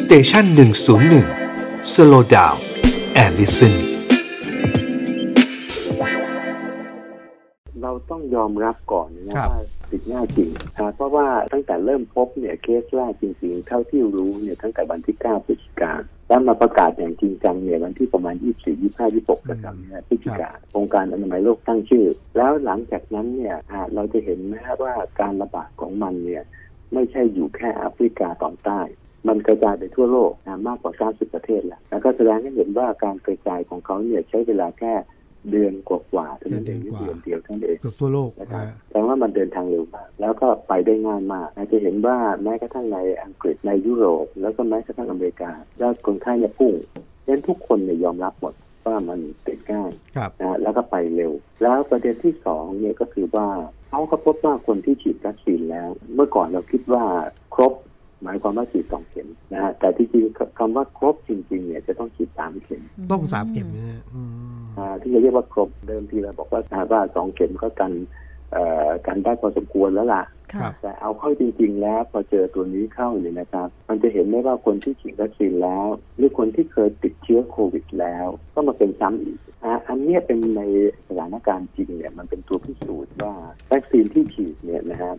สเตชันหนึ่งศูนย์หนึ่งสโลดาวแอลลิสัน เราต้องยอมรับก่อนนะครับ ว่าติดง่ายจริงนะเพราะว่าตั้งแต่เริ่มพบเนี่ยเคสแรกจริงๆ เท่าที่รู้เนี่ยตั้งแต่วันที่ 9 พฤศจิกาแล้วมาประกาศอย่างจริงจังเนี่ยวันที่ประมาณ 24 25 26นะครับเนี่ยพฤศจิกาองค์การอนามัยโลกตั้งชื่อ แล้วหลังจากนั้นเนี่ยอ่าเราจะเห็นนะฮะว่าการระบาดของมันเนี่ยไม่ใช่อยู่แค่แอฟริกาตอนใต้ มันกระจายไปทั่วโลกนะมากกว่า 90 ประเทศแล้วแล้วก็แสดงให้เห็นว่าการกระจายของเขาเนี่ยใช้เวลาแค่เดือนกว่าๆเท่านั้นเองหรือเดือนเดียวเท่านั้นเอง เกือบทั่วโลก นะค นะ รับ ฮะ แสดงว่ามันเดินทางเร็วมาก แล้วก็ไปได้ง่ายมากอาจจะเห็นว่าแม้กระทั่งในอังกฤษในยุโรป แล้วก็แม้กระทั่งอเมริกา แล้วคนไข้เนี่ยพุ่งดังนั้นทุกคนเนี่ยยอมรับหมดว่ามันติดง่าย ครับ นะฮะแล้วก็ไปเร็ว แล้วประเด็นที่สองเนี่ยก็คือว่าเขาก็พบว่าคนที่ฉีดวัคซีนแล้ว เมื่อก่อนเราคิดว่าครบ หมายความว่าฉีดสองเข็มนะฮะแต่ที่จริงคำว่าครบจริงๆเนี่ยจะต้องฉีดสามเข็ม ต้องสามเข็มนะฮะอืม อ่าที่จะเรียกว่าครบเดิมทีเราบอกว่าถ้าว่าสองเข็มก็กันเอ่อกันได้พอสมควรแล้วล่ะ ค่ะ แต่เอาเข้าจริงๆแล้วพอเจอตัวนี้เข้าเนี่ยนะครับ มันจะเห็นได้ว่าคนที่ฉีดวัคซีนแล้ว หรือคนที่เคยติดเชื้อโควิดแล้ว ก็มาเป็นซ้ำอีกอ่ะอันเนี้ยเป็นในสถานการณ์จริงเนี่ยมันเป็นตัวพิสูจน์ว่าวัคซีนที่ฉีดเนี่ยนะครับ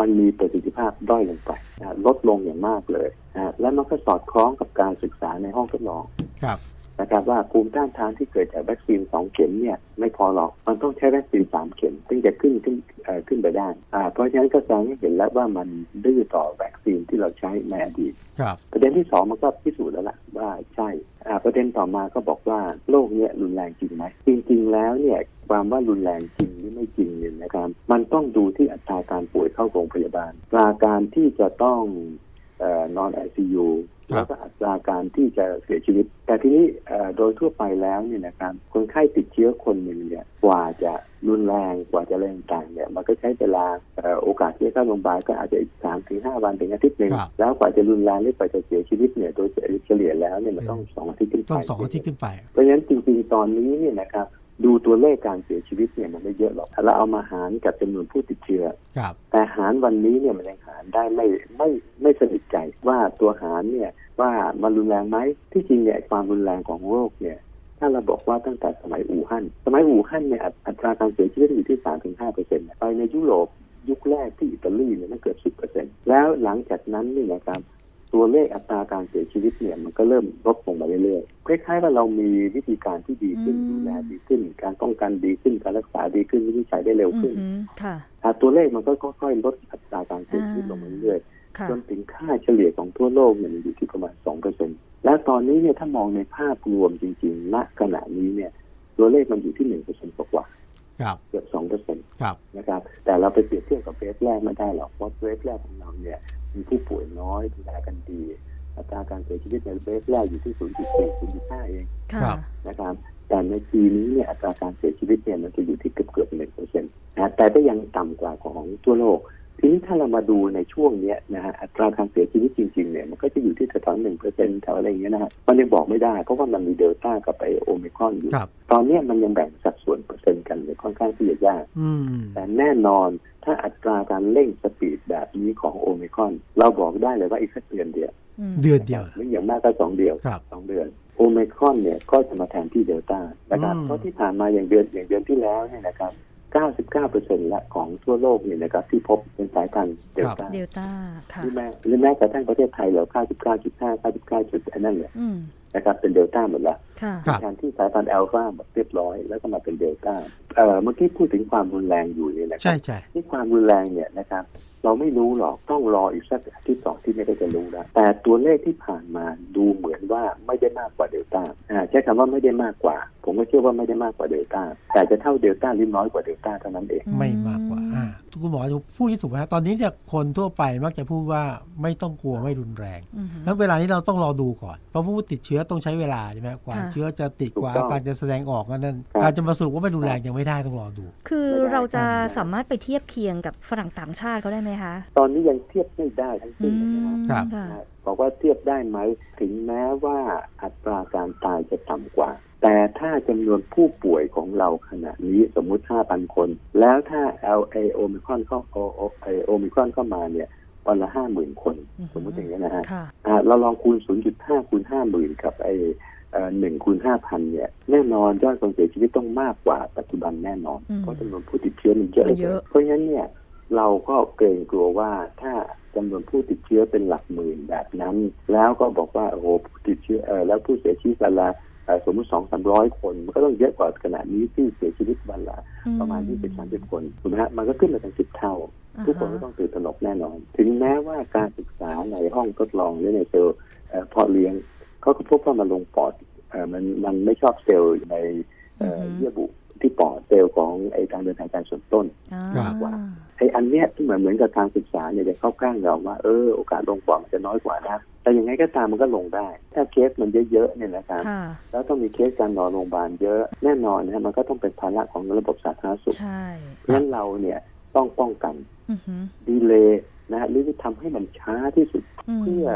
มันมีประสิทธิภาพด้อยลงไปนะลดลงอย่างมากเลยนะและมันก็สอดคล้องกับการศึกษาในห้องทดลอง ครับ นะครับว่าภูมิต้านทานที่เกิดจากวัคซีนสองเข็มเนี่ยไม่พอหรอก มันต้องใช้วัคซีนสามเข็มถึงจะขึ้นขึ้นเอ่อขึ้นไปได้อ่าเพราะฉะนั้นก็แสดงให้เห็นแล้วว่ามันดื้อต่อวัคซีนที่เราใช้ในอดีต ครับ ประเด็นที่สองมันก็พิสูจน์แล้วล่ะว่าใช่อ่าประเด็นต่อมาก็บอกว่าโรคเนี้ยรุนแรงจริงไหมจริงๆแล้วเนี่ยความว่ารุนแรงจริงหรือไม่จริงเนี่ยนะครับมันต้องดูที่อัตราการป่วยเข้าโรงพยาบาลอัตราการที่จะต้องเอ่อนอนไอซียู ครับ แล้วก็อัตราการที่จะเสียชีวิต แต่ทีนี้เอ่อโดยทั่วไปแล้วเนี่ยนะครับคนไข้ติดเชื้อคนหนึ่งเนี่ยกว่าจะรุนแรงกว่าจะแรงต่างเนี่ยมันก็ใช้เวลาเอ่อโอกาสที่จะเข้าโรงพยาบาลก็อาจจะอีกสามถึงห้าวันถึงอาทิตย์หนึ่ง ครับ แล้วกว่าจะรุนแรงหรือกว่าจะเสียชีวิตเนี่ยโดยเฉลี่ยแล้วเนี่ยมันต้องสองอาทิตย์ขึ้นไป ต้องสองอาทิตย์ขึ้นไป เพราะฉะนั้นจริงๆตอนนี้เนี่ยนะครับดูตัวเลขการเสียชีวิตเนี่ยมันไม่เยอะหรอกเราเอามาหารกับจำนวนผู้ติดเชื้อ ครับ แต่หารวันนี้เนี่ยมันยังหารได้ไม่ไม่ไม่สนิทใจว่าตัวหารเนี่ยว่ามันรุนแรงไหมที่จริงเนี่ยความรุนแรงของโรคเนี่ยถ้าเราบอกว่าตั้งแต่สมัยอู่ฮั่นสมัยอู่ฮั่นเนี่ยอัตอัตราการเสียชีวิตอยู่ที่สามถึงห้าเปอร์เซ็นต์ไปในยุโรปยุคแรกที่อิตาลีเนี่ยมันเกือบสิบเปอร์เซ็นต์แล้วหลังจากนั้นเนี่ยนะครับตัวเลขอัตราการเสียชีวิตเนี่ยมันก็เริ่มลดลงมาเรื่อยๆคล้ายๆว่าเรามีวิธีการที่ดีขึ้น อืม ดูแลดีขึ้น การป้องกันดีขึ้นการรักษาดีขึ้นวินิจฉัยได้เร็ว อื ขึ้ ม น ฮึค่ะ อ่าตัวเลขมันก็ค่อยๆลดอัตราการเสียชีวิตลงมาเรื่อย ค่ะ ๆจนถึงค่าเฉลี่ยของทั่วโลกเนี่ยมันอยู่ที่ประมาณ 2%และตอนนี้เนี่ยถ้ามองในภาพรวมจริงๆณขณะนี้เนี่ยตัวเลขมันอยู่ที่ 1%กว่ากว่า ครับ ๆเกือบ2%น ครับ ะครับแต่เราไปเปรียบเทียบกับเฟสแรกไม่ได้หรอกเพราะเฟสแรกของเราเนี่ยมีผู้ป่วยน้อยดูแลกันดี อัตราการเสียชีวิตในเฟสแรกอยู่ที่ 0.4 0.5 เอง ค่ะ ครับ นะครับแต่ในปีนี้เนี่ยอัตราการเสียชีวิตเนี่ยมันจะอยู่ที่เกือบเกือบหนึ่งเปอร์เซ็นต์นะแต่ก็ยังต่ำกว่าของทั่วโลก ทีนี้ถ้าเรามาดูในช่วงเนี้ยนะฮะอัตราการเสียชีวิตจริงๆเนี่ยมันก็จะอยู่ที่แถวหนึ่งเปอร์เซ็นต์แถวอะไรอย่างเงี้ยนะฮะมันยังบอกไม่ได้ เพราะว่ามันมีเดลต้ากับไปโอมิครอนอยู่ ครับ ตอนเนี้ยมันยังแบ่งสัดส่วนเปอร์เซ็นต์กันเนี่ยค่อนข้างที่จะยาก อืม แต่แน่นอนถ้าอัตราการเร่งสปีดแบบนี้ของโอมิครอนเราบอกได้เลยว่าอีกสักเดือนเดียว ม เดือนเดียว หรืออย่างมากก็สองเดือน ครับ สองเดือนโอไมครอนเนี่ยก็จะมาแทนที่เดลต้านะครับ อืม เพราะที่ผ่านมาอย่างเดือนอย่างเดือนที่แล้วเนี่ยนะครับ 99%ละของทั่วโลกเนี่ยนะครับที่พบเป็นสายพันธุ์เดลต้า เดลต้า ค่ะ หรือแม้หรือแม้กระทั่งประเทศไทยเรา99.5 99จุดอันนั่นแหละ อืม นะครับเป็นเดลต้าหมดละ ค่ะ ครับ แทนที่สายพันธุ์แอลฟาหมดเรียบร้อย แล้วก็มาเป็นเดลต้าเอ่อเมื่อกี้พูดถึงความรุนแรงอยู่เนี่ยนะครั ใช่ บ ใช่ ที่ความรุนแรงเนี่ยนะครับเราไม่รู้หรอกต้องรออีกสักอาทิตย์สองอาที่ไม่ยก็จะรู้แล้วแต่ตัวเลขที่ผ่านมาดูเหมือนว่าไม่ได้มากกว่าเดลต้าอ่าใช้คำว่าไม่ได้มากกว่า ผมก็เชื่อว่าไม่ได้มากกว่าเดลต้าแต่จะเท่าเดลต้าหรือน้อยกว่าเดลต้าเท่านั้นเอง ไม่มากกว่า อ่าคุณหมอพูดที่ถูกไหมฮะตอนนี้เนี่ยคนทั่วไปมักจะพูดว่าไม่ต้องกลัวไม่รุนแรง อืมฮึ แล้วเวลานี้เราต้องรอดูก่อน เพราะผู้ติดเชื้อต้องใช้เวลาใช่ไหมกว่า ค่ะ เชื้อจะติด ถูก กว่า ต้อง อาการจะแสดงออกนั่น ครับ การจะมาสรุปว่าไม่รุนแรงยังไม่ได้ต้องรอดู คือ ไม่ได้ เราจะสามารถไปเทียบเคียงกับฝรั่งต่างชาติเขาได้ไหมคะ ตอนนี้ยังเทียบไม่ได้ทั้ง อื สิ้นเลยนะครับ ม ครับ ค่ะ บอกว่าเทียบได้ไหมถึงแม้ว่าอัตราการตายจะต่ำกว่า แต่ถ้าจำนวนผู้ป่วยของเราขณะนี้สมมุติ 5,000 คน แล้วถ้า LA โอมิครอนเข้าโอโอไอโอมิครอนเข้ามาเนี่ย วันละห้าหมื่นคน อือฮึ สมมติอย่างนี้ยนะฮะ ค่ะ อ่าเราลองคูณ 0.5 คูณ 5 0,000 กับไอเอ่อหนึ่งคูณห้าพันเนี่ยแน่นอนยอดคนเสียชีวิตต้องมากกว่าปัจจุบันแน่นอน อืม เพราะจำนวนผู้ติดเชื้อมันเยอะเหลือ เย เกิน อะ เพราะฉะนั้นเนี่ยเราก็เกรงกลัวว่าถ้าจำนวนผู้ติดเชื้อเป็นหลักหมื่นแบบนั้น แล้วก็บอกว่าโอ้โหผู้ติดเชื้อเออแล้วผู้เสียชีวิตวันละเอ่อสมมติสองสามร้อยคน มันก็ต้องเยอะกว่าขนาดนี้ที่เสียชีวิตวันละ อื ประมาณ 20 30 คนถูกไหมฮะ มันก็ขึ้นมาเป็น 10 เท่า อ่าฮะ ทุกคนก็ต้องตื่นตระหนกแน่นอน ถึงแม้ว่าการศึกษาในห้องทดลองหรือในเซลล์เอ่อเพาะเลี้ยงเขาก็พบว่ามันลงปอดเอ่อมันมันไม่ชอบเซลล์ในเอ่ออ ฮึ เยื่อบุที่ปอดเซลล์ของไอทางเดินทางการส่วนต้น อ่ กว่า ไออันเนี้ยที่เหมือนเหมือนกับทางศึกษาเนี่ยจะเข้าข้างเราว่าเออโอกาสลงปอดมันจะน้อยกว่านะ แต่ยังไงก็ตามมันก็ลงได้ ถ้าเคสมันเยอะๆเนี่ยนะครับ ค่ะ แล้วต้องมีเคสการนอนโรงพยาบาลเยอะแน่นอนนะฮะมันก็ต้องเป็นภาระของระบบสาธารณสุข ใช่ เพราะฉะนั้นเราเนี่ยต้องป้องกัน อือหือ ดีเลย์นะฮะหรือทำให้มันช้าที่สุด ม เพื่อ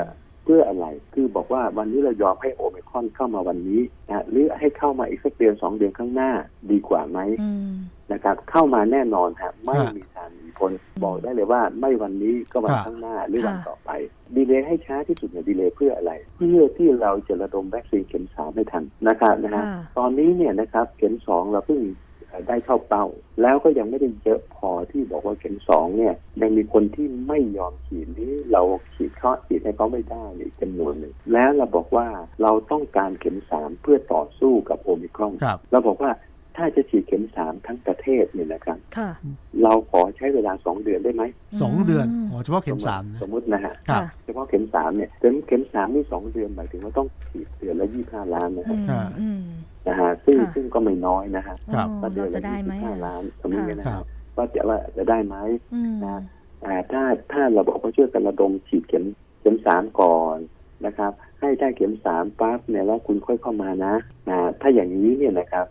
เพื่ออะไร คือบอกว่าวันนี้เรายอมให้โอเมก้อนเข้ามาวันนี้นะฮะหรือให้เข้ามาอีกสักเดือนสองเดือนข้างหน้าดีกว่าไหม ม นะครับ เข้ามาแน่นอนฮะไม่ ครับ มีทางมีคนบอกได้เลยว่าไม่วันนี้ก็วันข้างหน้าหรือวัน ค่ะ ต่อไป ดีเลย์ให้ช้าที่สุดเนี่ยดีเลย์เพื่ออะไร เพื่อที่เราจะระดมวัคซีนเข็มสามให้ทันนะครับนะฮะ ค่ะ ตอนนี้เนี่ยนะครับเข็มสองเราเพิ่งเอ่อได้เข้าเป้า แล้วก็ยังไม่ได้เยอะพอที่บอกว่าเข็มสองเนี่ยยังมีคนที่ไม่ยอมฉีดหรือเราฉีดเขาฉีดให้เขาไม่ได้เนี่ยอีกจำนวนหนึ่งแล้วเราบอกว่าเราต้องการเข็มสามเพื่อต่อสู้กับโอมิครอน ครับ เราบอกว่าถ้าจะฉีดเข็มสามทั้งประเทศเนี่ยนะครับ ค่ะ เราขอใช้เวลาสองเดือนได้ไหม สองเดือนอ๋อเฉพาะเข็มสาม ส นะ มมตินะฮะ ครั ค่ะ บ เฉพาะเข็มสามเนี่ยเข็มเข็มสามนี่สองเดือนหมายถึงว่าต้องฉีดเดือนละยี่ห้าล้านนะ อื ฮะ ม ครับ อืม นะฮะซึ่ง ค่ะ ซึ่งก็ไม่น้อยนะฮะ ครับ อ๋อ ว่าเดื เรา อน จะ ละ ได้ไหม ยี่สิบห้า อะ ล้านสมมตินะ ค ค รั รับ บว่าจะว่าจะได้ไหม อืม นะ อ่าถ้าถ้าเราบอกว่าช่วยกันระดมฉีดเข็มเข็มสามก่อนนะครับ ให้ได้เข็มสามปั๊บเนี่ยแล้วคุณค่อยเข้ามานะอ่าถ้าอย่างนี้เนี่ยนะครับ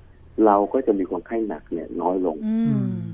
เราก็จะมีคนไข้หนักเนี่ยน้อยลง อืม